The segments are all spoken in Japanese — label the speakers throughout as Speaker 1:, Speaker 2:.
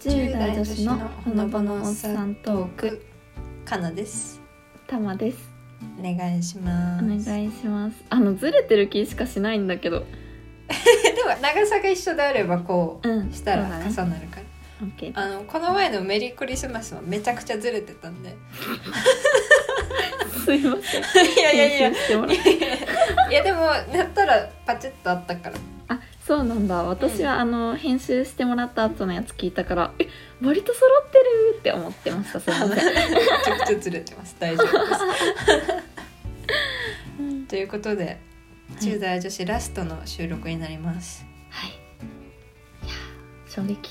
Speaker 1: 10代女子のほのぼのおっさんトーク
Speaker 2: かなです
Speaker 1: たまです
Speaker 2: お願いし
Speaker 1: お
Speaker 2: ます
Speaker 1: 願いしますあのずれてる気しかしないんだけど
Speaker 2: でも長さが一緒であればこ
Speaker 1: うん
Speaker 2: うしたら
Speaker 1: そうだ
Speaker 2: 重
Speaker 1: ね
Speaker 2: なるから、
Speaker 1: オッケー
Speaker 2: あのこの前のメリークリスマスはめちゃくちゃずれてたんで
Speaker 1: すいません
Speaker 2: いやいやいや
Speaker 1: 編集してもらう
Speaker 2: いやでもやったらパチッとあったから
Speaker 1: あそうなんだ私はあの編集してもらった後のやつ聞いたからえ割と揃ってるって思ってましたすいません
Speaker 2: めちゃくちゃずれてます大丈夫ですということで10代女子ラストの収録になります
Speaker 1: はいいや衝撃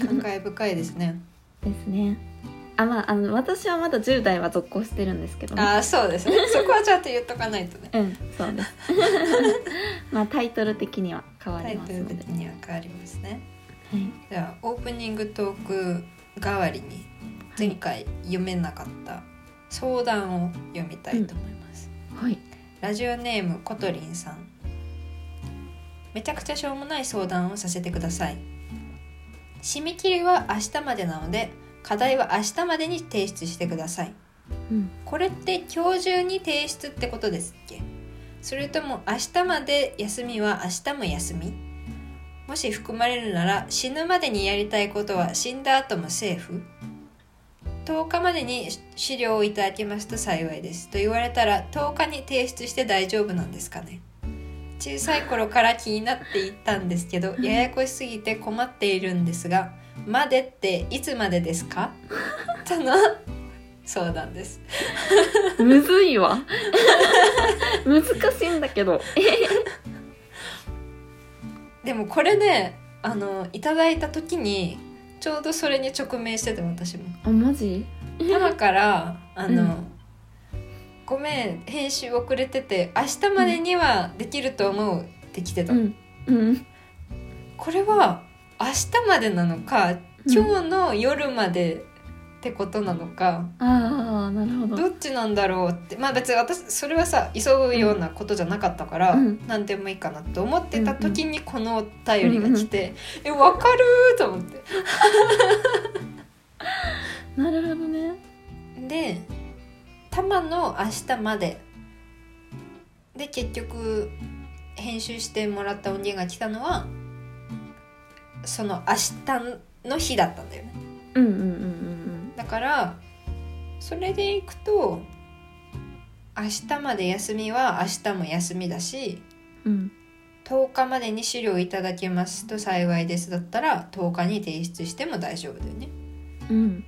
Speaker 2: 感慨深いですね
Speaker 1: ですねあまああの私はまだ10代は続行してるんですけどね
Speaker 2: ああそうですねそこはちゃんと言っとかないとね
Speaker 1: うんそう ですまあタイトル的には変わ
Speaker 2: タ
Speaker 1: り
Speaker 2: イ
Speaker 1: ま
Speaker 2: ト
Speaker 1: す
Speaker 2: ル
Speaker 1: ので
Speaker 2: 的には変わりますね
Speaker 1: はい
Speaker 2: じゃあオープニングトーク代わりに前回読めなかった相談を読みたいと思います、
Speaker 1: はい
Speaker 2: ラジオネームコトリンさんめちゃくちゃしょうもない相談をさせてください締め切りは明日までなので課題は明日までに提出してください
Speaker 1: うん
Speaker 2: これって今日中に提出ってことですっけそれとも明日まで休みは明日も休みもし含まれるなら死ぬまでにやりたいことは死んだ後もセーフ10日までに資料をいただけますと幸いですと言われたら10日に提出して大丈夫なんですかね小さい頃から気になっていたんですけどややこしすぎて困っているんですが「までっていつまでですか?」 との相談です
Speaker 1: むずいわ 難しいんだけど
Speaker 2: でもこれねあのいただいた時にちょうどそれに直面してて私も
Speaker 1: あマジ
Speaker 2: タマからあの、
Speaker 1: うん
Speaker 2: ごめん編集遅れてて明日までにはできると思う」って来てた、
Speaker 1: うんうん
Speaker 2: これは明日までなのか今日の夜までってことなのか、
Speaker 1: ああなるほど
Speaker 2: どっちなんだろうってまあ別に私それはさ急ぐようなことじゃなかったから、
Speaker 1: うん
Speaker 2: 何でもいいかなと思ってた時にこのお便りが来て、えわかるーと思って。
Speaker 1: なるほどね
Speaker 2: で玉の明日までで結局編集してもらった音源が来たのはその明日の日だったんだよね
Speaker 1: うんうんうんうん
Speaker 2: だからそれでいくと明日まで休みは明日も休みだし
Speaker 1: うんうん
Speaker 2: 10日までに資料いただけますと幸いですだったら10日に提出しても大丈夫だよね
Speaker 1: うん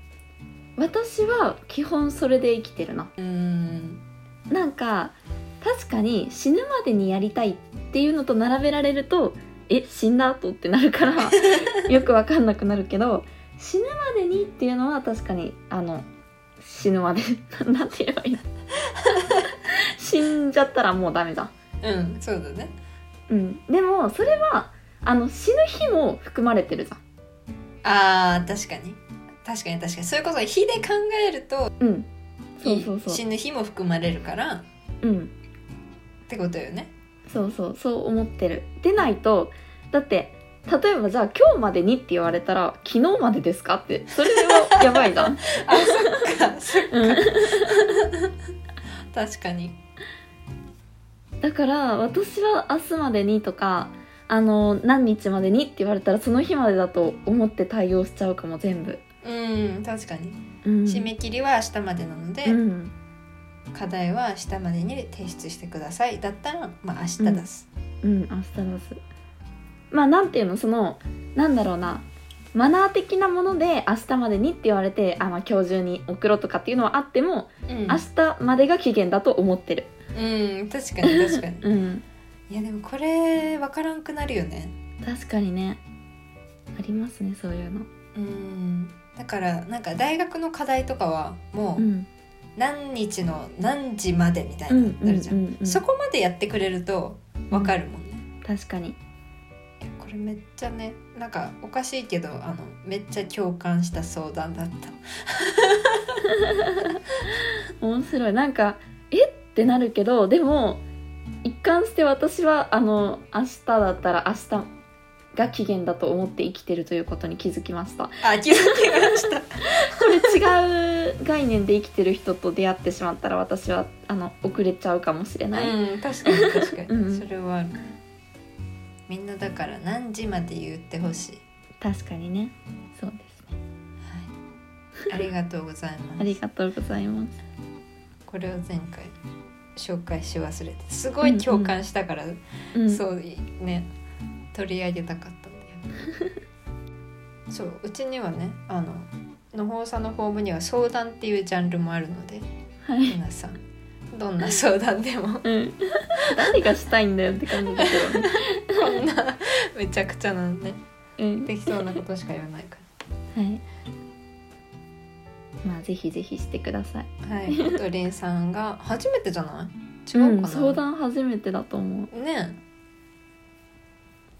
Speaker 1: 私は基本それで生きてるな
Speaker 2: うーん
Speaker 1: なんか確かに死ぬまでにやりたいっていうのと並べられるとえ死んだ後ってなるからよくわかんなくなるけど死ぬまでにっていうのは確かにあの死ぬまで なんて言えばいいの死んじゃったらもうダメじゃん、
Speaker 2: うんそうだね
Speaker 1: うん、でもそれはあの死ぬ日も含まれてるじゃん
Speaker 2: あー確かに確かに確かにそれこそ日で考えると
Speaker 1: うんそうそうそう
Speaker 2: 死ぬ日も含まれるからっ
Speaker 1: うん
Speaker 2: てことよね
Speaker 1: そうそうそう思ってるでないとだって例えばじゃあ今日までにって言われたら昨日までですかってそれはやばいじ ゃん、
Speaker 2: あそっかそっか
Speaker 1: う
Speaker 2: 確かに
Speaker 1: ん、だから私は明日までにとかあの何日までにって言われたらその日までだと思って対応しちゃうかも全部、
Speaker 2: うん確かに
Speaker 1: うん、
Speaker 2: 締め切りは明日までなので、
Speaker 1: うん
Speaker 2: 課題は明日までに提出してくださいだったらまあ明日出す、
Speaker 1: うん明日出すまあなんていうのそのなんだろうなマナー的なもので明日までにって言われてあ、まあ、今日中に送ろうとかっていうのはあっても、
Speaker 2: うん
Speaker 1: 明日までが期限だと思ってる
Speaker 2: うん確かに確かに
Speaker 1: うん
Speaker 2: いやでもこれ分からんくなるよね
Speaker 1: 確かにねありますねそういうの
Speaker 2: うんだからなんか大学の課題とかはもうん何日の何時までみたいなのあるじゃんそこまでやってくれるとわかるもんね、
Speaker 1: 確かに
Speaker 2: いやこれめっちゃねなんかおかしいけどあのめっちゃ共感した相談だった
Speaker 1: 面白いなんかえってなるけどでも一貫して私はあの明日だったら明日が期限だと思って生きてるということに気づきました
Speaker 2: あ気づきました
Speaker 1: これ違う概念で生きてる人と出会ってしまったら私はあの遅れちゃうかもしれない、
Speaker 2: うん確かに確かに、
Speaker 1: うん
Speaker 2: それはあるみんなだから何時まで言ってほしい、
Speaker 1: 確かにねそうですね
Speaker 2: はい、ありがとうございます
Speaker 1: ありがとうございます
Speaker 2: これを前回紹介し忘れてすごい共感したから、
Speaker 1: うん
Speaker 2: そうね取り上げたかったんだよそううちにはねあの野放さのホームには相談っていうジャンルもあるので
Speaker 1: はい
Speaker 2: 皆さんどんな相談で も
Speaker 1: うん誰がしたいんだよって感じだけどね
Speaker 2: こんなめちゃくちゃなね
Speaker 1: うん
Speaker 2: 適当なことしか言わないか
Speaker 1: はいまあぜひぜひしてください
Speaker 2: らはいドリンさんが初めてじゃない違
Speaker 1: う
Speaker 2: うかな、
Speaker 1: ん相談初めてだと思う
Speaker 2: ねえ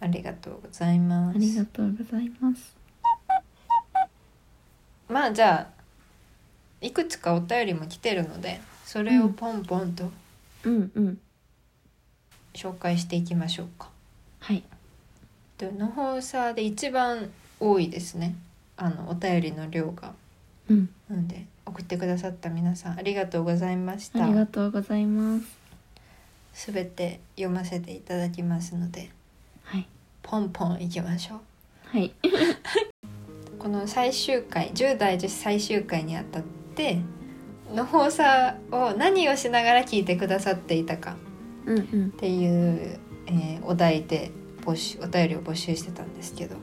Speaker 2: ありがとうござい
Speaker 1: あ
Speaker 2: ます
Speaker 1: りがとうございます
Speaker 2: まあじゃあいくつかお便りも来てるのでそれをポンポンと
Speaker 1: うんうん
Speaker 2: 紹介していきましょうか。
Speaker 1: はい
Speaker 2: でのほうさで一番多いですねあのお便りの量が。
Speaker 1: うん
Speaker 2: なので送ってくださった皆さんありがとうございまし
Speaker 1: あ
Speaker 2: た
Speaker 1: り。がとうございます
Speaker 2: すべて読ませていただきますので
Speaker 1: はい
Speaker 2: ポンポンいきましょう。
Speaker 1: はい
Speaker 2: この最終回10代女子最終回にあたってのほうさを何をしながら聞いてくださっていたか
Speaker 1: うんうん
Speaker 2: っていう、えーお題で募集お便りを募集してたんですけど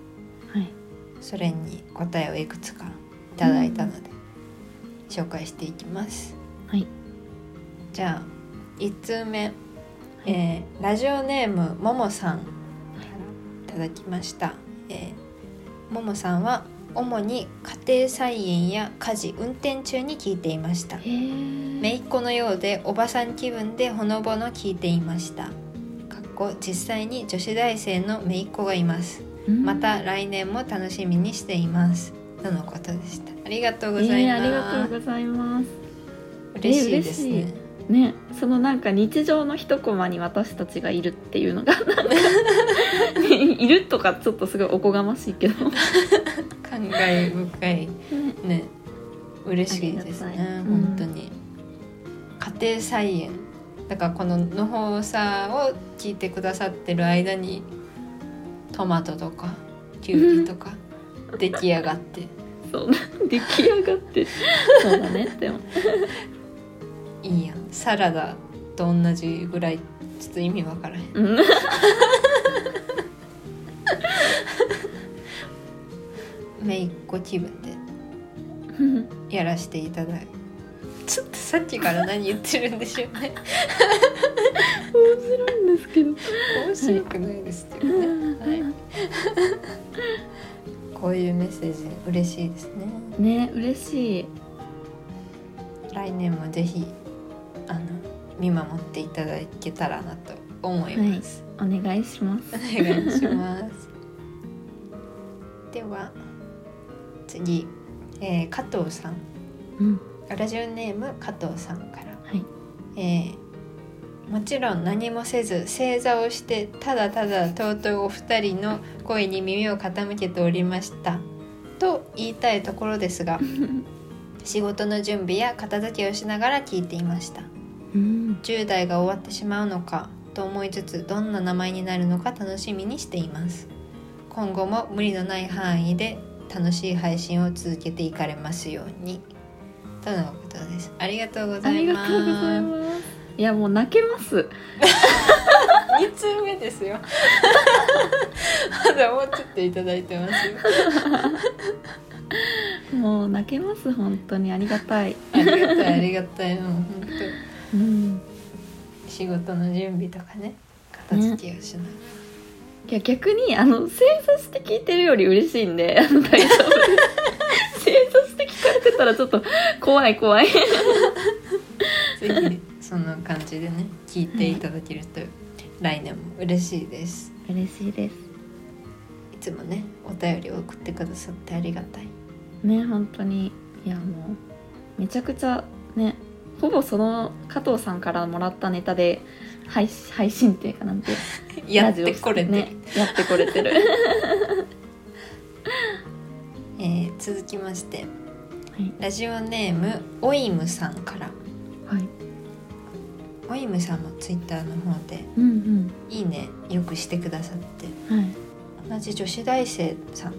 Speaker 1: はい
Speaker 2: それに答えをいくつかいただいたので、紹介していきます
Speaker 1: はい
Speaker 2: じゃあ1通目、えーラジオネームももさんからいただきました、えーももさんは主に家庭菜園や家事運転中に聞いていました
Speaker 1: へえ
Speaker 2: 姪っ子のようでおばさん気分でほのぼの聞いていましたかっこ実際に女子大生の姪っ子がいますまた来年も楽しみにしていますとのことでしたありがとう
Speaker 1: ご
Speaker 2: ござい
Speaker 1: ありが
Speaker 2: ま
Speaker 1: と
Speaker 2: す、
Speaker 1: うございます
Speaker 2: 嬉しいですね
Speaker 1: ねそのなんか日常の一コマに私たちがいるっていうのがなんか いるとかちょっとすごいおこがましいけ ど、ね、
Speaker 2: 感慨深いね嬉しいです
Speaker 1: ありがたい
Speaker 2: ね
Speaker 1: うん
Speaker 2: 本当に、家庭菜園だからこののほさを聞いてくださってる間にトマトとかキュウリとか出来上がって
Speaker 1: そう出来上がってそうだねでも
Speaker 2: いいやんサラダと同じぐらいちょっと意味わからへん
Speaker 1: うん
Speaker 2: めいっ子気分でやらせていただいちょっとさっきから何言ってるんでしょうね
Speaker 1: なんですけど、
Speaker 2: 面白くないですけどね、はい、こういうメッセージ嬉しいですね
Speaker 1: ね嬉しい
Speaker 2: 来年もぜひあの見守っていただけたらなと思います、
Speaker 1: お願いします
Speaker 2: お願いしますでは次、えー加藤さん
Speaker 1: うん
Speaker 2: ラジオネーム加藤さんから、
Speaker 1: はい
Speaker 2: えーもちろん何もせず正座をしてただただとうとうお二人の声に耳を傾けておりましたと言いたいところですが仕事の準備や片付けをしながら聞いていました
Speaker 1: うん
Speaker 2: 10代が終わってしまうのかと思いつつどんな名前になるのか楽しみにしています今後も無理のない範囲で楽しい配信を続けていかれますようにとのことですありがとうご
Speaker 1: あ
Speaker 2: ざい
Speaker 1: り
Speaker 2: ま
Speaker 1: が
Speaker 2: す
Speaker 1: とうございますいやもう泣けます
Speaker 2: 2通目ですよまだもうちょっといただいてますよ
Speaker 1: もう泣けます本当にありがたい
Speaker 2: ありがたいありがたいもう本
Speaker 1: うん
Speaker 2: 当仕事の準備とかね片付けをしない、
Speaker 1: いや逆にあの正座して聞いてるより嬉しいんであの大丈夫です正座して聞かれてたらちょっと怖い怖い
Speaker 2: ぜひその感じでね聞いていただけると来年も嬉しいです
Speaker 1: 嬉しいです
Speaker 2: いつもねお便りを送ってくださってありがたい
Speaker 1: ね本当にいやもうめちゃくちゃねほぼその加藤さんからもらったネタで配配信っていうかなんて
Speaker 2: やっ
Speaker 1: ラジ
Speaker 2: て
Speaker 1: オ
Speaker 2: これて、
Speaker 1: ね、やってこれてる
Speaker 2: えー続きまして、
Speaker 1: い
Speaker 2: ラジオネームオイムさんから
Speaker 1: はい
Speaker 2: オイムさんもツイッターの方で
Speaker 1: うん
Speaker 2: 「いいね」よくしてくださって
Speaker 1: うんはい
Speaker 2: 同じ女子大生さん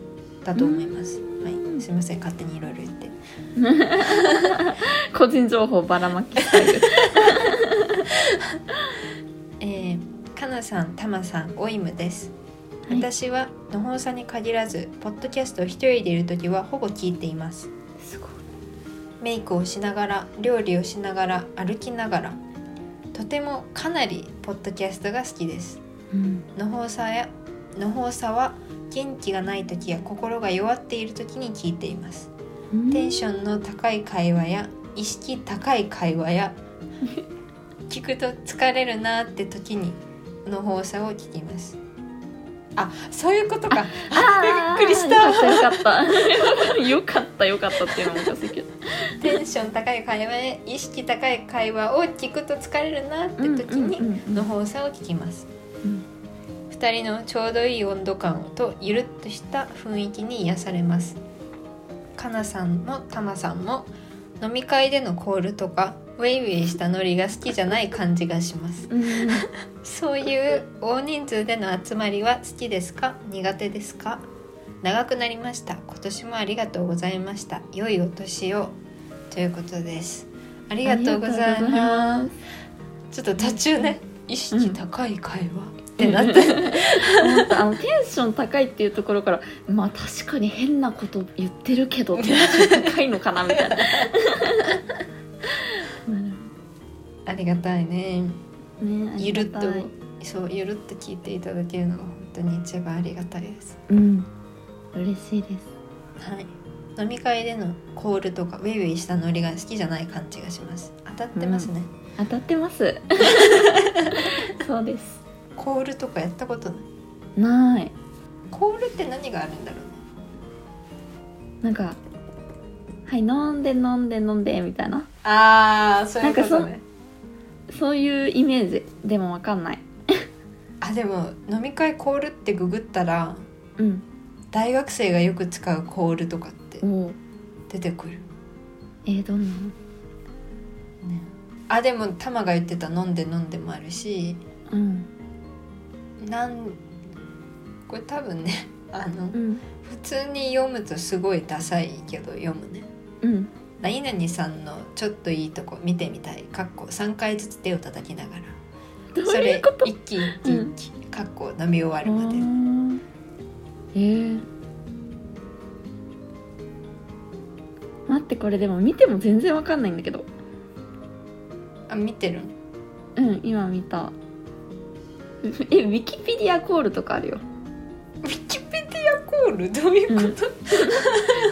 Speaker 2: だと思います、
Speaker 1: う
Speaker 2: はい
Speaker 1: ん、
Speaker 2: すいません勝手にいろいろ言って
Speaker 1: 個人情報ばらまきスタイル
Speaker 2: えー、かなさん、たまさん、おいむです。
Speaker 1: はい
Speaker 2: 私はのほうさんに限らず、ポッドキャストを一人でいるときはほぼ聞いています。
Speaker 1: すごい
Speaker 2: メイクをしながら、料理をしながら、歩きながら。とてもかなりポッドキャストが好きです。
Speaker 1: うん
Speaker 2: のほうさや、のほうさは元気がないときや心が弱っているときに聞いています。テンションの高い会話や意識高い会話 や聞くと疲れるなーって時にの放送を聞きますあそういうことか
Speaker 1: あー
Speaker 2: びっくりした
Speaker 1: よかったよかったよかったよかったっていうのもおかしいけど
Speaker 2: テンション高い会話や意識高い会話を聞くと疲れるなー
Speaker 1: うん
Speaker 2: って時にの放送を聞きます
Speaker 1: うん
Speaker 2: 二人のちょうどいい温度感とゆるっとした雰囲気に癒されますかなさんもたまさんも飲み会でのコールとかウェイウェイしたノリが好きじゃない感じがします
Speaker 1: うんうん
Speaker 2: そういう大人数での集まりは好きですか苦手ですか長くなりました今年もありがとうございました良いお年をということですありがとうございます
Speaker 1: ありがとうございま
Speaker 2: ちょっと途中ね意識高い会話ってなって
Speaker 1: す思ったあのテンション高いっていうところからまあ確かに変なこと言ってるけどテンション高いのかなみ たいななる
Speaker 2: ありがたいね
Speaker 1: ほどねあり
Speaker 2: ゆるっ
Speaker 1: が
Speaker 2: と
Speaker 1: たい
Speaker 2: そうゆるっと聞いていただけるのが本当に一番ありがたいです
Speaker 1: うん嬉しいです
Speaker 2: はい飲み会でのコールとかウェイウェイしたノリが好きじゃない感じがします当たってますね、
Speaker 1: 当たってます そうです
Speaker 2: コールとかやったことな
Speaker 1: な
Speaker 2: い
Speaker 1: い
Speaker 2: コールって何があるんだろうね
Speaker 1: なんかはい飲んで飲んで飲んでみたいな
Speaker 2: ああそう
Speaker 1: いうことねそういうイメージでもわかんない
Speaker 2: あでも飲み会コールってググったら
Speaker 1: うん
Speaker 2: 大学生がよく使うコールとかって
Speaker 1: おう
Speaker 2: 出てくる、
Speaker 1: えー、どんなの
Speaker 2: ね、あでもタマが言ってた飲んで飲んでもあるし
Speaker 1: うん
Speaker 2: なんこれ多分ね あの
Speaker 1: うん
Speaker 2: 普通に読むとすごいダサいけど読むね
Speaker 1: うん
Speaker 2: 何々さんのちょっといいとこ見てみたいかっこ3回ずつ手を叩きながら
Speaker 1: どう
Speaker 2: そ
Speaker 1: い
Speaker 2: れ
Speaker 1: うこと
Speaker 2: 一気一気一気、かっこ飲み終わるまで
Speaker 1: うんえー待ってこれでも見ても全然わかんないんだけど
Speaker 2: あ見てる
Speaker 1: うん今見た えウィキペディアコールとかあ るよ
Speaker 2: ウィキペディアコールどういうこと、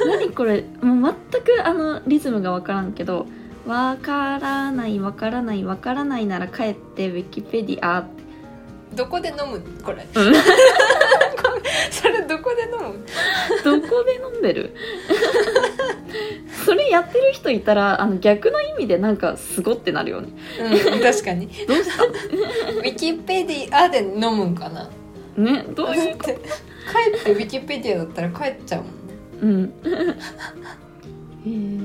Speaker 1: 何これもう全くあのリズムが分からんけど「わからないわからないわからないなら帰ってウィキペディア」
Speaker 2: どこで飲むこれ
Speaker 1: うん
Speaker 2: それど こで飲む
Speaker 1: どこで飲んで るそれやってる人いたらあの逆の意味でなんかすごってなるよね
Speaker 2: うん確かに
Speaker 1: どうした
Speaker 2: ウィキペディアで飲むんかな
Speaker 1: ねど
Speaker 2: だ
Speaker 1: う
Speaker 2: っ
Speaker 1: いう
Speaker 2: て帰ってウィキペディアだったら帰っちゃうもんね
Speaker 1: うんへえ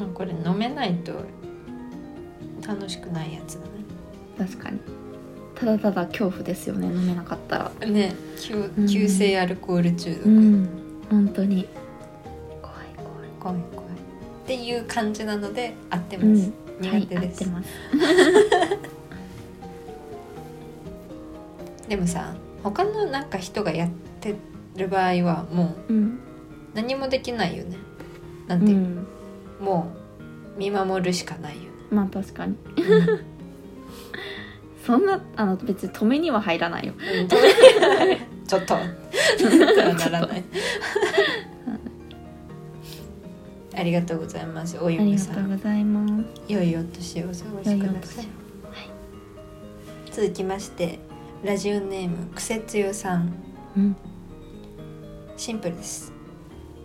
Speaker 2: まあこれ飲めないと楽しくないやつ
Speaker 1: 確かにただただ恐怖ですよね飲めなかったら
Speaker 2: だねね急
Speaker 1: うん
Speaker 2: 急性アルコール中毒、
Speaker 1: うん本当に怖い怖い
Speaker 2: 怖い怖いっていう感じなので合ってます、
Speaker 1: うん
Speaker 2: 苦手です、
Speaker 1: はい、合ってます
Speaker 2: でもさ他のなんか人がやってる場合はもう
Speaker 1: うん
Speaker 2: 何もできないよねな
Speaker 1: うん
Speaker 2: ていう、
Speaker 1: ん
Speaker 2: もう見守るしかないよね
Speaker 1: まあ確かにそんなあの別に止めには入らないよ
Speaker 2: うん止めちょっととはならない ありがとうございますお
Speaker 1: あり
Speaker 2: ゆ
Speaker 1: が
Speaker 2: さ
Speaker 1: と
Speaker 2: ん
Speaker 1: うございます
Speaker 2: 良いお年をお過ごしください
Speaker 1: 良い
Speaker 2: 続きましてラジオネームくせつよさん
Speaker 1: うん
Speaker 2: シンプルです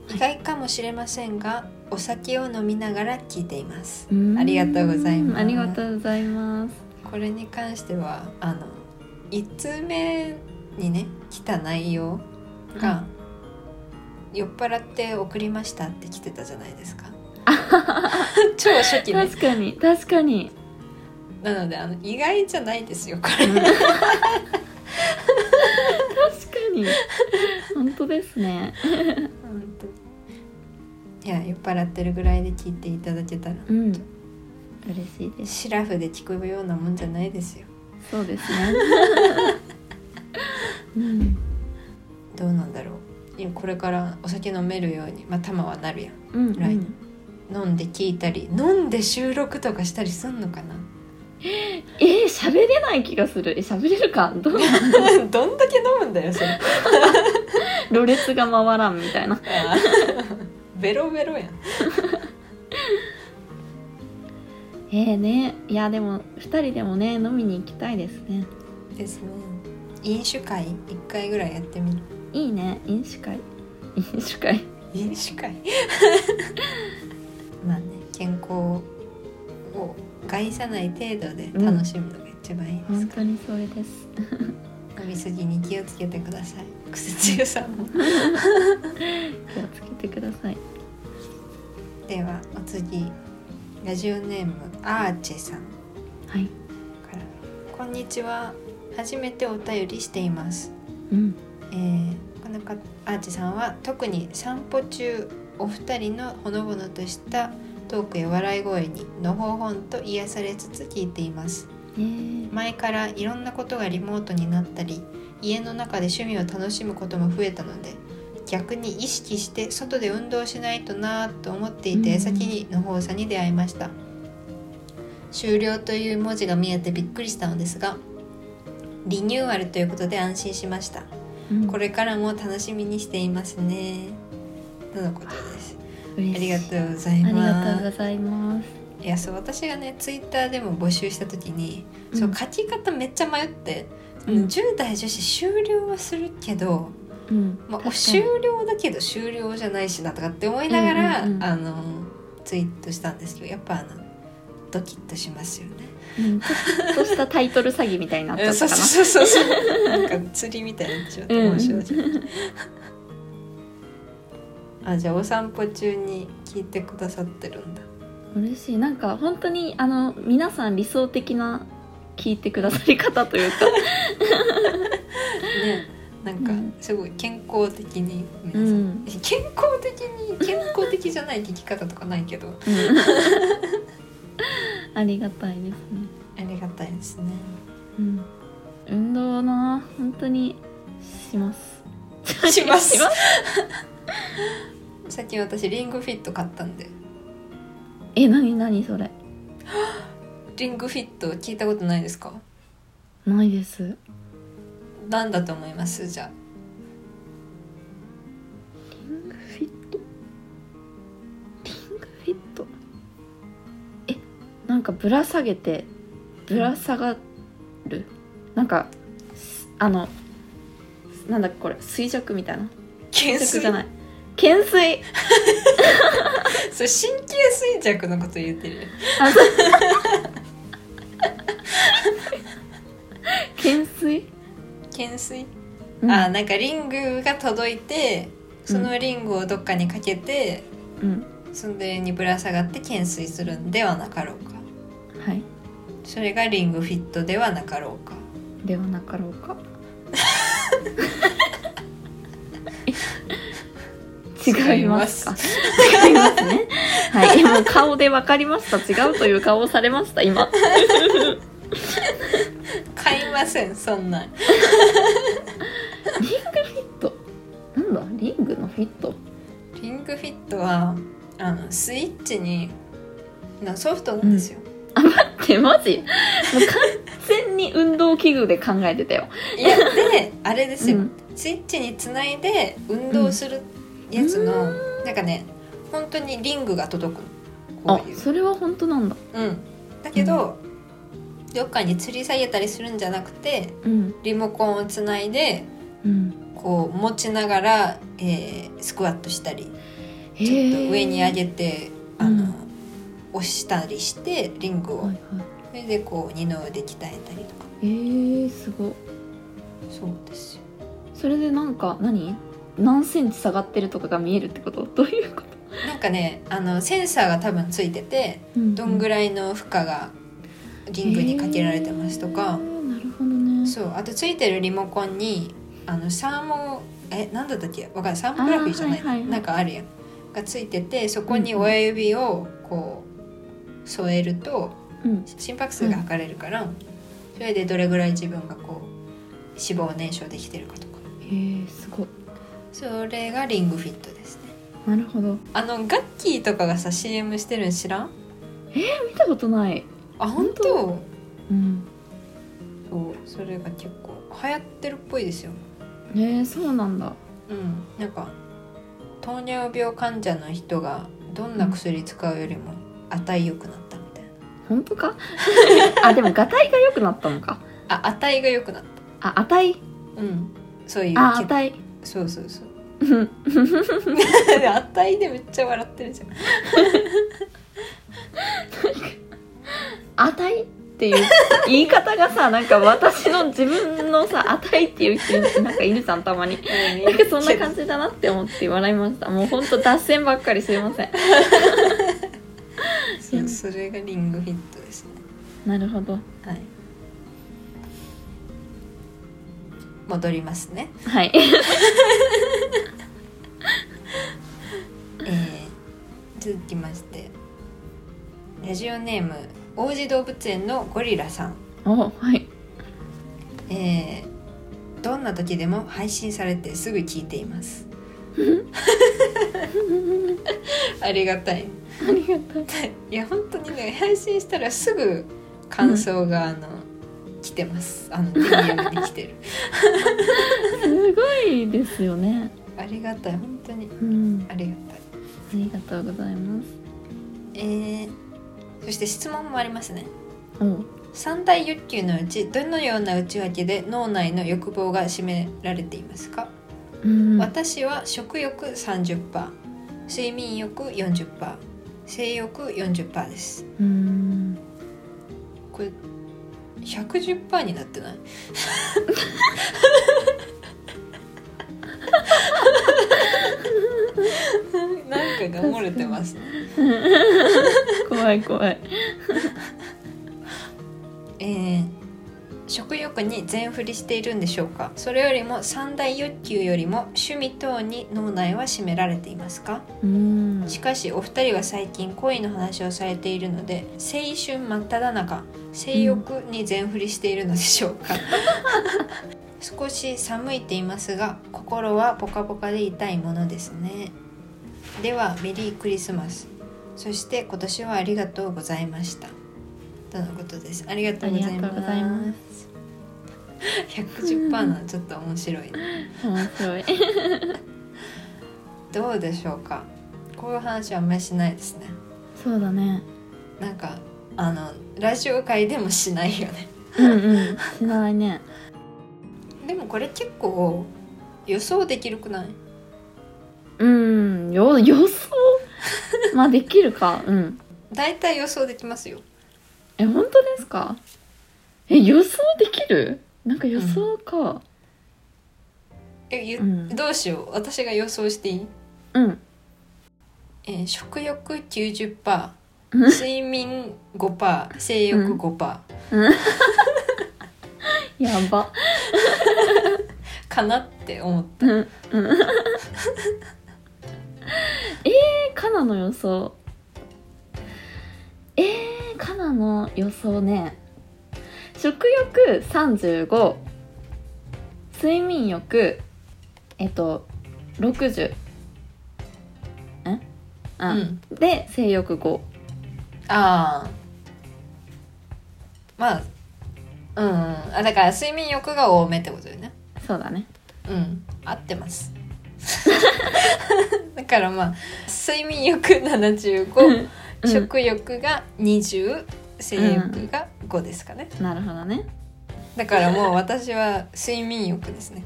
Speaker 1: はい
Speaker 2: 意外かもしれませんが、お酒を飲みながら聞いています
Speaker 1: うん
Speaker 2: ありがとうございます
Speaker 1: ありがとうございます
Speaker 2: これに関してはあの1通目にね来た内容が、
Speaker 1: は
Speaker 2: 酔っ払って送りました」って来てたじゃないですか 超初期ね
Speaker 1: 確かに確かに
Speaker 2: なのであの意外じゃないですよこれ
Speaker 1: うん確か に本当ですね
Speaker 2: 本当いや酔っ払ってるぐらいで聞いていただけたら
Speaker 1: うん嬉しいです
Speaker 2: シラフで聞くようなもんじゃないですよ
Speaker 1: そうです ねうん
Speaker 2: どうなんだろういやこれからお酒飲めるようにまあ玉はなるやん
Speaker 1: うん、う
Speaker 2: 来
Speaker 1: ん、
Speaker 2: 飲んで聞いたり飲んで収録とかしたりすんのかな
Speaker 1: えー喋れない気がするえ喋れるかどう
Speaker 2: どんだけ飲むんだよそれ
Speaker 1: ろれつが回らんみたいな
Speaker 2: あーベロベロやん
Speaker 1: えー、ねいやでも2人でもね飲みに行きたいですね
Speaker 2: ですね飲酒会一回ぐらいやってみる
Speaker 1: いいね飲酒会飲酒会
Speaker 2: 飲酒会 まあね健康を害さない程度で楽しむのが一番いいです
Speaker 1: 本
Speaker 2: か
Speaker 1: 当にそれです
Speaker 2: ら、飲みすぎに気をつけてください癖強さも
Speaker 1: 気をつけてください
Speaker 2: ではお次ラジオネームアーチェさん
Speaker 1: はい
Speaker 2: からこんにちは初めてお便りしています
Speaker 1: うん
Speaker 2: えーこのかアーチさんは特に散歩中お二人のほのぼのとしたトークや笑い声にのほほんと癒されつつ聞いています
Speaker 1: えー、
Speaker 2: 前からいろんなことがリモートになったり家の中で趣味を楽しむことも増えたので逆に意識して外で運動しないとなぁと思っていた矢先にのほうさに出会いました終了という文字が見えてびっくりしたのですがリニューアルということで安心しました
Speaker 1: うん、
Speaker 2: これからも楽しみにしていますね。とのことです。
Speaker 1: 嬉
Speaker 2: あ
Speaker 1: し
Speaker 2: り
Speaker 1: い
Speaker 2: がとうござい
Speaker 1: ありが
Speaker 2: ま
Speaker 1: とう
Speaker 2: す。
Speaker 1: ございます
Speaker 2: いや、そう、私がね、ツイッターでも募集した時に、
Speaker 1: うん
Speaker 2: そう、書き方めっちゃ迷って。
Speaker 1: う
Speaker 2: うんん、10代女子終了はするけど、
Speaker 1: うん
Speaker 2: まあ、
Speaker 1: 確か
Speaker 2: 終
Speaker 1: に
Speaker 2: 了だけど終了じゃないしなとかって思いながら、
Speaker 1: うんうんうん
Speaker 2: あのツイートしたんですけどやっぱあのドキッとしますよね。
Speaker 1: うん、ちょっとしたタイトル詐欺みたいになっちゃ
Speaker 2: うん
Speaker 1: っ
Speaker 2: そ
Speaker 1: た
Speaker 2: う
Speaker 1: かな
Speaker 2: そうそうそうなんか釣りみたいになっちゃって面白い、あじゃあお散歩中に聞いてくださってるんだ
Speaker 1: 嬉しいなんか本当にあの皆さん理想的な聞いてくださり方と いうか
Speaker 2: ねなんか
Speaker 1: うん
Speaker 2: すごい健康的に皆
Speaker 1: う
Speaker 2: さん、
Speaker 1: ん、
Speaker 2: 健康的に健康的じゃない聞き方とかないけど
Speaker 1: うんありがたいですね、
Speaker 2: ありがたいですね
Speaker 1: うん、運動な本当にします
Speaker 2: します
Speaker 1: しま
Speaker 2: 最近私リングフィット買ったんで
Speaker 1: え何何それ
Speaker 2: リングフィット聞いたことないですか
Speaker 1: ないです
Speaker 2: なんだと思いますじゃあ
Speaker 1: リングフィットリングフィットえなんかぶら下げてぶら下がるなんかすあのなんだっけこれ衰弱みたいな
Speaker 2: 懸
Speaker 1: 衰弱
Speaker 2: 垂
Speaker 1: じゃない懸垂
Speaker 2: それ神経衰弱のこと言ってる
Speaker 1: あそう懸垂
Speaker 2: 懸垂
Speaker 1: うん
Speaker 2: あなんかリングが届いてそのリングをどっかにかけて、
Speaker 1: うん
Speaker 2: それにぶら下がって懸垂するんではなかろうか
Speaker 1: はい
Speaker 2: それがリングフィットではなかろうか
Speaker 1: ではなかろう か違いますか違いますね はいもう顔で分かりました違うという顔をされました今
Speaker 2: 買いませんそんな
Speaker 1: なんだリングのフィット
Speaker 2: リングフィットはあのスイッチにのソフトなんですよ、
Speaker 1: ってマジもう完全に運動器具で考えてたよ、
Speaker 2: いやであれですよ、
Speaker 1: うん
Speaker 2: スイッチにつないで運動するやつの、なんかね本当にリングが届くの
Speaker 1: あ
Speaker 2: こういう
Speaker 1: それは本当なんだ
Speaker 2: うん、だけど、どっかに吊り下げたりするんじゃなくて
Speaker 1: うん
Speaker 2: リモコンをつないで
Speaker 1: うん
Speaker 2: こう持ちながら、えースクワットしたり
Speaker 1: ち
Speaker 2: ちょっと上に上げて、あ
Speaker 1: う
Speaker 2: の
Speaker 1: ん
Speaker 2: 押したりしてリング
Speaker 1: は
Speaker 2: を
Speaker 1: いはい
Speaker 2: それでこう二の腕鍛えたりとか
Speaker 1: えー、すごい
Speaker 2: そうですよ
Speaker 1: それでなんか何何センチ下がってるとかが見えるってことどういうこと、
Speaker 2: なんかねあのセンサーが多分ついててどんぐ
Speaker 1: らい
Speaker 2: らいの負荷がリングにかけられてますとか、
Speaker 1: なるほどね
Speaker 2: そうあとついてるリモコンにあのサーモえなんだったっけわかんないサーモグラフィーじゃない,、
Speaker 1: あーはいはいはい
Speaker 2: なんかあるやんがついててそこに親指をこう添えると
Speaker 1: うん
Speaker 2: 心拍数が測れるから、それでどれぐらい自分がこう脂肪を燃焼できてるかとか
Speaker 1: えー、すごい
Speaker 2: それがリングフィットですね
Speaker 1: なるほど
Speaker 2: あのガッキーとかがさ CM してるん知らん
Speaker 1: 見たことない
Speaker 2: あ本当
Speaker 1: うん
Speaker 2: そうそれが結構流行ってるっぽいですよ
Speaker 1: えー、そうなんだ
Speaker 2: うんなんか糖尿病患者の人がどんな薬使うよりも値良くなったみたいな
Speaker 1: 本当かあでもがたいが良くなったのか
Speaker 2: あ値が良くなっ
Speaker 1: あ値
Speaker 2: たうんそういう
Speaker 1: あ
Speaker 2: 結構
Speaker 1: 値
Speaker 2: そうそうそう
Speaker 1: うん
Speaker 2: 値でめっちゃ笑ってるじゃん
Speaker 1: 値っていう言い方がさなんか私の自分のさ値っていう人なんかいるじゃんたまになんかそんな感じだなって思って笑いましたもうほんと脱線ばっかりすいません
Speaker 2: そうそれがリングフィットですね
Speaker 1: なるほど
Speaker 2: はい戻りますね
Speaker 1: はい
Speaker 2: えー続きましてラジオネーム王子動物園のゴリラさん、
Speaker 1: おはい
Speaker 2: えーどんな時でも配信されてすぐ聞いていますありがたい
Speaker 1: ありがとう
Speaker 2: いや本当にね配信したらすぐ感想が、あの来てますあの DM に来てる
Speaker 1: すごいですよね
Speaker 2: ありがたい本当に
Speaker 1: うん
Speaker 2: ありがたい
Speaker 1: ありがとうございます
Speaker 2: えーそして質問もありますね
Speaker 1: お
Speaker 2: 三大欲求のうちどのような内訳で脳内の欲望が占められていますか、
Speaker 1: うん
Speaker 2: 私は食欲30%睡眠欲40%性欲40%です
Speaker 1: うん
Speaker 2: これ110%になっ てないなんかが漏れてますね
Speaker 1: 怖い怖い
Speaker 2: えー食欲に全振りしているんでしょうかそれよりも三大欲求よりも趣味等に脳内は占められていますか
Speaker 1: うん
Speaker 2: しかしお二人は最近恋の話をされているので青春真っ只中性欲に全振りしているのでしょう か、少し寒いていますが心はポカポカで痛いものですねではメリークリスマスそして今年はありがとうございましたとのことですありがとうございます
Speaker 1: ありがとうございます
Speaker 2: 110%なのちょっと面白いな
Speaker 1: 面白い
Speaker 2: どうでしょうかこういう話はあんまりしないですね
Speaker 1: そうだね
Speaker 2: なんかあのラジオ界でもしないよね
Speaker 1: うんうんしないね
Speaker 2: でもこれ結構予想できるくない
Speaker 1: うんよ予想まあできるかうん
Speaker 2: 大体予想できますよ
Speaker 1: え本当ですかえ予想できるなんか予想か
Speaker 2: えゆ、
Speaker 1: うん
Speaker 2: どうしよう私が予想していい、
Speaker 1: うん
Speaker 2: えー食欲90%
Speaker 1: うん
Speaker 2: 睡眠5%性欲5%、
Speaker 1: やば
Speaker 2: かなって思った
Speaker 1: うん うんえー、カナの予想えー、カナの予想ね食欲35睡眠欲えっと60んあ、
Speaker 2: うん
Speaker 1: で性欲5
Speaker 2: ああまあうんうんあだから睡眠欲が多めってことよね
Speaker 1: そうだね
Speaker 2: うん合ってます だからまあ睡眠欲75、
Speaker 1: うん
Speaker 2: 食欲が20性欲が5ですかね、
Speaker 1: なるほどね
Speaker 2: だからもう私は睡眠欲ですね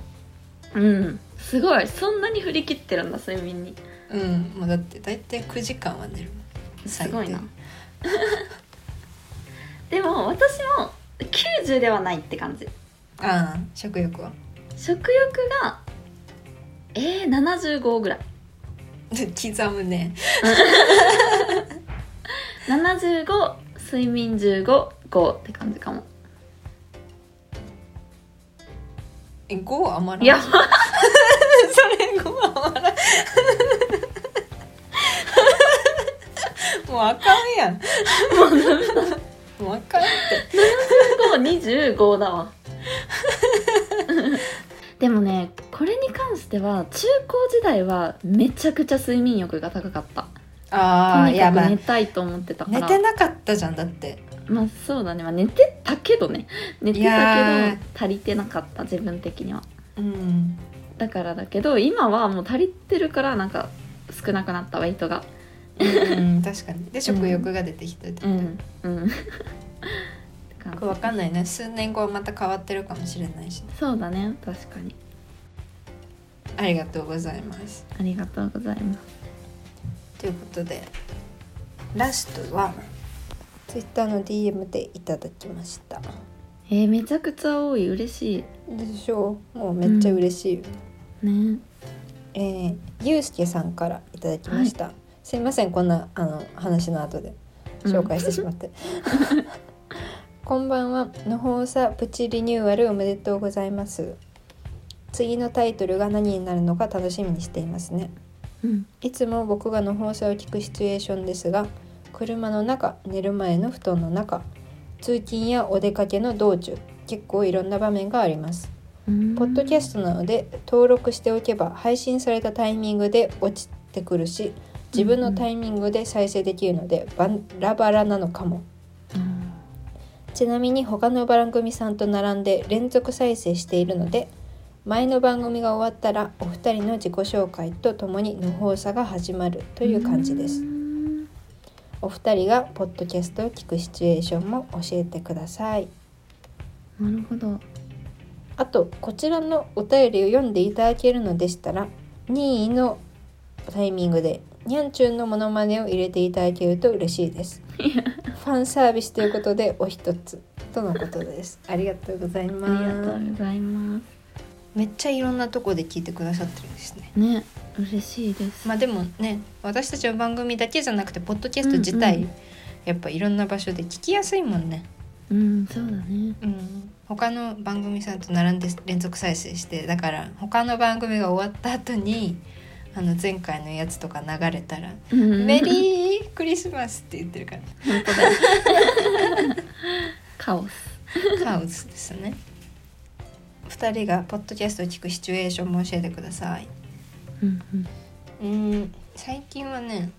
Speaker 1: うんすごいそんなに振り切ってるんだ睡眠に
Speaker 2: うんもうだって大体9時間は寝るもん
Speaker 1: すごいな でも私も90ではないって感じ
Speaker 2: ああ食欲は
Speaker 1: 食欲がえー、75ぐらい
Speaker 2: 刻むね
Speaker 1: 75睡眠155って感じかも
Speaker 2: え5余ら
Speaker 1: いや
Speaker 2: それ5余らん もうあかん やんもうあかんって
Speaker 1: 25だ わでもねこれに関しては中高時代はめちゃくちゃ睡眠欲が高かった
Speaker 2: あ
Speaker 1: と
Speaker 2: あ
Speaker 1: に
Speaker 2: や
Speaker 1: か
Speaker 2: ば
Speaker 1: く
Speaker 2: い
Speaker 1: 寝たいと思ってたから
Speaker 2: 寝てなかったじゃんだって
Speaker 1: まあそうだね、まあ、寝てたけどね寝て
Speaker 2: いや
Speaker 1: た
Speaker 2: ー
Speaker 1: けど足りてなかった自分的には
Speaker 2: うん
Speaker 1: だからだけど今はもう足りてるからなんか少なくなったウェイトが
Speaker 2: うん 確かにで食欲が出てきたってこ
Speaker 1: う
Speaker 2: と
Speaker 1: んうんって感じ
Speaker 2: これわかんないね数年後はまた変わってるかもしれないしね
Speaker 1: そうだね確かに
Speaker 2: ありがとうございます
Speaker 1: ありがとうございます
Speaker 2: ということでラストは Twitter の DM でいただきました
Speaker 1: えー、めちゃくちゃ多い嬉し
Speaker 2: でしょうもうめっちゃ嬉しい、
Speaker 1: いね
Speaker 2: えーゆうすけさんからいただきました、すいませんこんなあの話の後で紹介してしまって、こんばんはのほうさプチリニューアルおめでとうございます次のタイトルが何になるのか楽しみにしていますね
Speaker 1: うん
Speaker 2: いつも僕がの放送を聞くシチュエーションですが車の中寝る前の布団の中通勤やお出かけの道中結構いろんな場面があります
Speaker 1: うん
Speaker 2: ポッドキャストなので登録しておけば配信されたタイミングで落ちてくるし自分のタイミングで再生できるのでバラバラなのかも
Speaker 1: うん
Speaker 2: ちなみに他の番組さんと並んで連続再生しているので前の番組が終わったらお二人の自己紹介とともに無法さが始まるという感じです
Speaker 1: うん
Speaker 2: お二人がポッドキャストを聞くシチュエーションも教えてください
Speaker 1: なるほど
Speaker 2: あとこちらのお便りを読んでいただけるのでしたら任意のタイミングでにゃんちゅんのモノマネを入れていただけると嬉しいですファンサービスということでお一つとのことですありがとうござい
Speaker 1: あ
Speaker 2: ま
Speaker 1: り
Speaker 2: す
Speaker 1: がとうございま
Speaker 2: めっちゃいろんなとこで聞いてくださってるんですね
Speaker 1: すね嬉しいです、
Speaker 2: まあでもね私たちの番組だけじゃなくてポッドキャスト自体、
Speaker 1: うんうん
Speaker 2: やっぱいろんな場所で聞きやすいもんね
Speaker 1: うんそうだね
Speaker 2: うん他の番組さんと並んで連続再生してだから他の番組が終わった後にあの前回のやつとか流れたら「メ
Speaker 1: ー
Speaker 2: リークリスマス」って言ってるから
Speaker 1: 本当だカオス
Speaker 2: カオスですね2人がポッドキャストを聞くシチュエーションも教えてください
Speaker 1: うん
Speaker 2: うん最近はね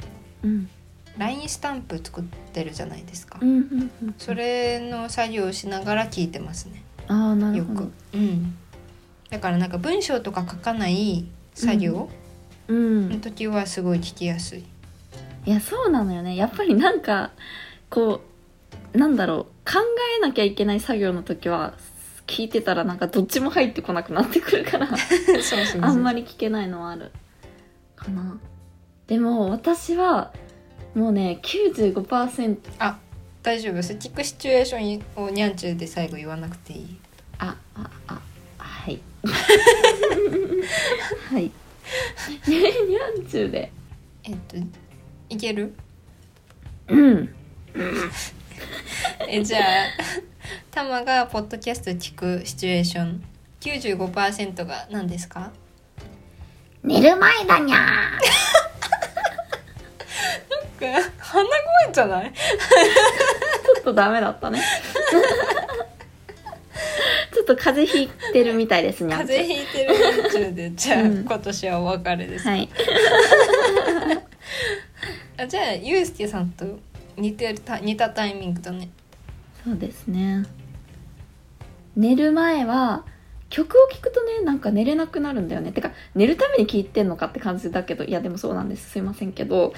Speaker 1: うん
Speaker 2: LINE スタンプ作ってるじゃないですか、
Speaker 1: うんうんうん
Speaker 2: それの作業をしながら聞いてますね
Speaker 1: ああなる
Speaker 2: よ
Speaker 1: ほど
Speaker 2: く、うん、だからなんか文章とか書かない作業
Speaker 1: うん
Speaker 2: の時はすごい聞きやすい、
Speaker 1: いやそうなのよねやっぱりなんかこうなんだろう考えなきゃいけない作業の時は聞いてたらなんかどっちも入ってこなくなってくるから
Speaker 2: そうそうそう
Speaker 1: あんまり聞けないのはあるかなでも私はもうね95%
Speaker 2: 大丈夫それ聞くシチュエーションをにゃんちゅうで最後言わなくていい
Speaker 1: あああはいはいにゃんちゅうで
Speaker 2: えっといける
Speaker 1: うん
Speaker 2: えじゃあ タマがポッドキャスト聞くシチュエーション95%が何ですか
Speaker 1: 寝る前だにゃ
Speaker 2: 鼻声じゃない
Speaker 1: ちょっとダメだったね。ちょっと風邪ひいてるみたいですね。
Speaker 2: 風邪ひいてるにゃんちゅうでじゃあ、
Speaker 1: うん
Speaker 2: 今年はお別れです、
Speaker 1: はい。
Speaker 2: あじゃあゆうすけさんと似てるた似たタイミングだね
Speaker 1: そうですね。寝る前は曲を聴くとねなんか寝れなくなるんだよね。てか寝るために聴いてんのかって感じだけどいやでもそうなんですすいませんけど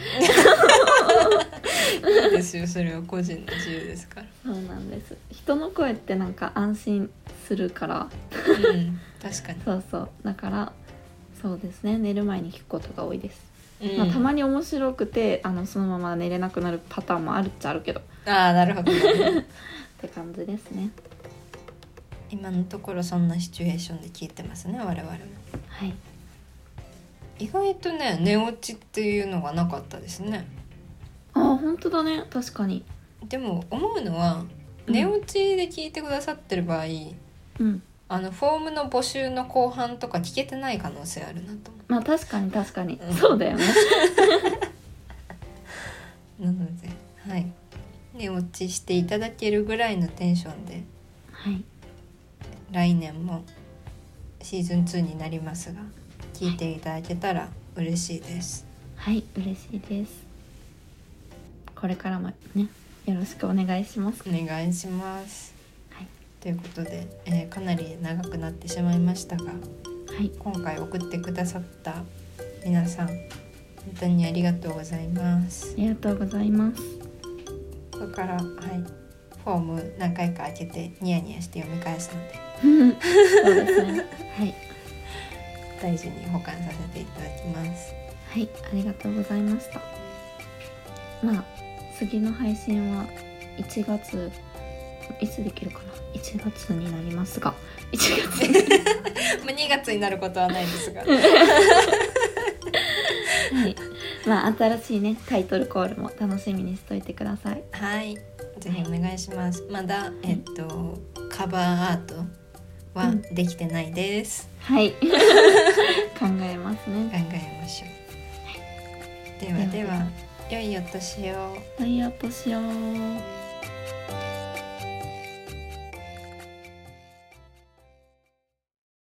Speaker 2: いいですよそれは個人の自由ですから
Speaker 1: そうなんです人の声ってなんか安心するから
Speaker 2: うん確か
Speaker 1: そうそうだからそうですね寝る前に聴くことが多いです、
Speaker 2: に、うん
Speaker 1: まあ、たまに面白くてあのそのまま寝れなくなるパターンもあるっちゃあるけど
Speaker 2: ああなるほどね
Speaker 1: って感じですね
Speaker 2: 今のところそんなシチュエーションで聞いてますね我々も
Speaker 1: はい
Speaker 2: 意外とね寝落ちっていうのがなかったですね
Speaker 1: あー本当だね確かに
Speaker 2: でも思うのは
Speaker 1: うん
Speaker 2: 寝落ちで聞いてくださってる場合、
Speaker 1: うん
Speaker 2: あのフォームの募集の後半とか聞けてない可能性あるなと思
Speaker 1: まあ確かに確かに、
Speaker 2: うん
Speaker 1: そうだよね
Speaker 2: うなので、はい、寝落ちしていただけるぐらいのテンションで
Speaker 1: はい
Speaker 2: 来年もシーズン2になりますが聞いていただけたら嬉しいです。
Speaker 1: はい嬉しいですこれからもねよろしくお願いします
Speaker 2: お願いします、
Speaker 1: はい
Speaker 2: ということで、えーかなり長くなってしまいましたが
Speaker 1: はい
Speaker 2: 今回送ってくださった皆さん本当にありがとうございます。
Speaker 1: ありがとうござい ます
Speaker 2: これから、はい、フォーム何回か開けてニヤニヤして読み返すので
Speaker 1: そうですね。はい、
Speaker 2: 大事に保管させていただきます。
Speaker 1: はい、ありがとうございました。まあ、次の配信は1月。いつできるかな。1月になりますが。1月。
Speaker 2: まあ2月になることはないですが、
Speaker 1: はい。まあ、新しいね、タイトルコールも楽しみにしといてください。
Speaker 2: はい、ぜひお願いします。まだえっとカバーアートは
Speaker 1: うん
Speaker 2: できてないです。
Speaker 1: はい。考えますね。
Speaker 2: 考えましょう。ではでは良いお年を。
Speaker 1: はい、お年を。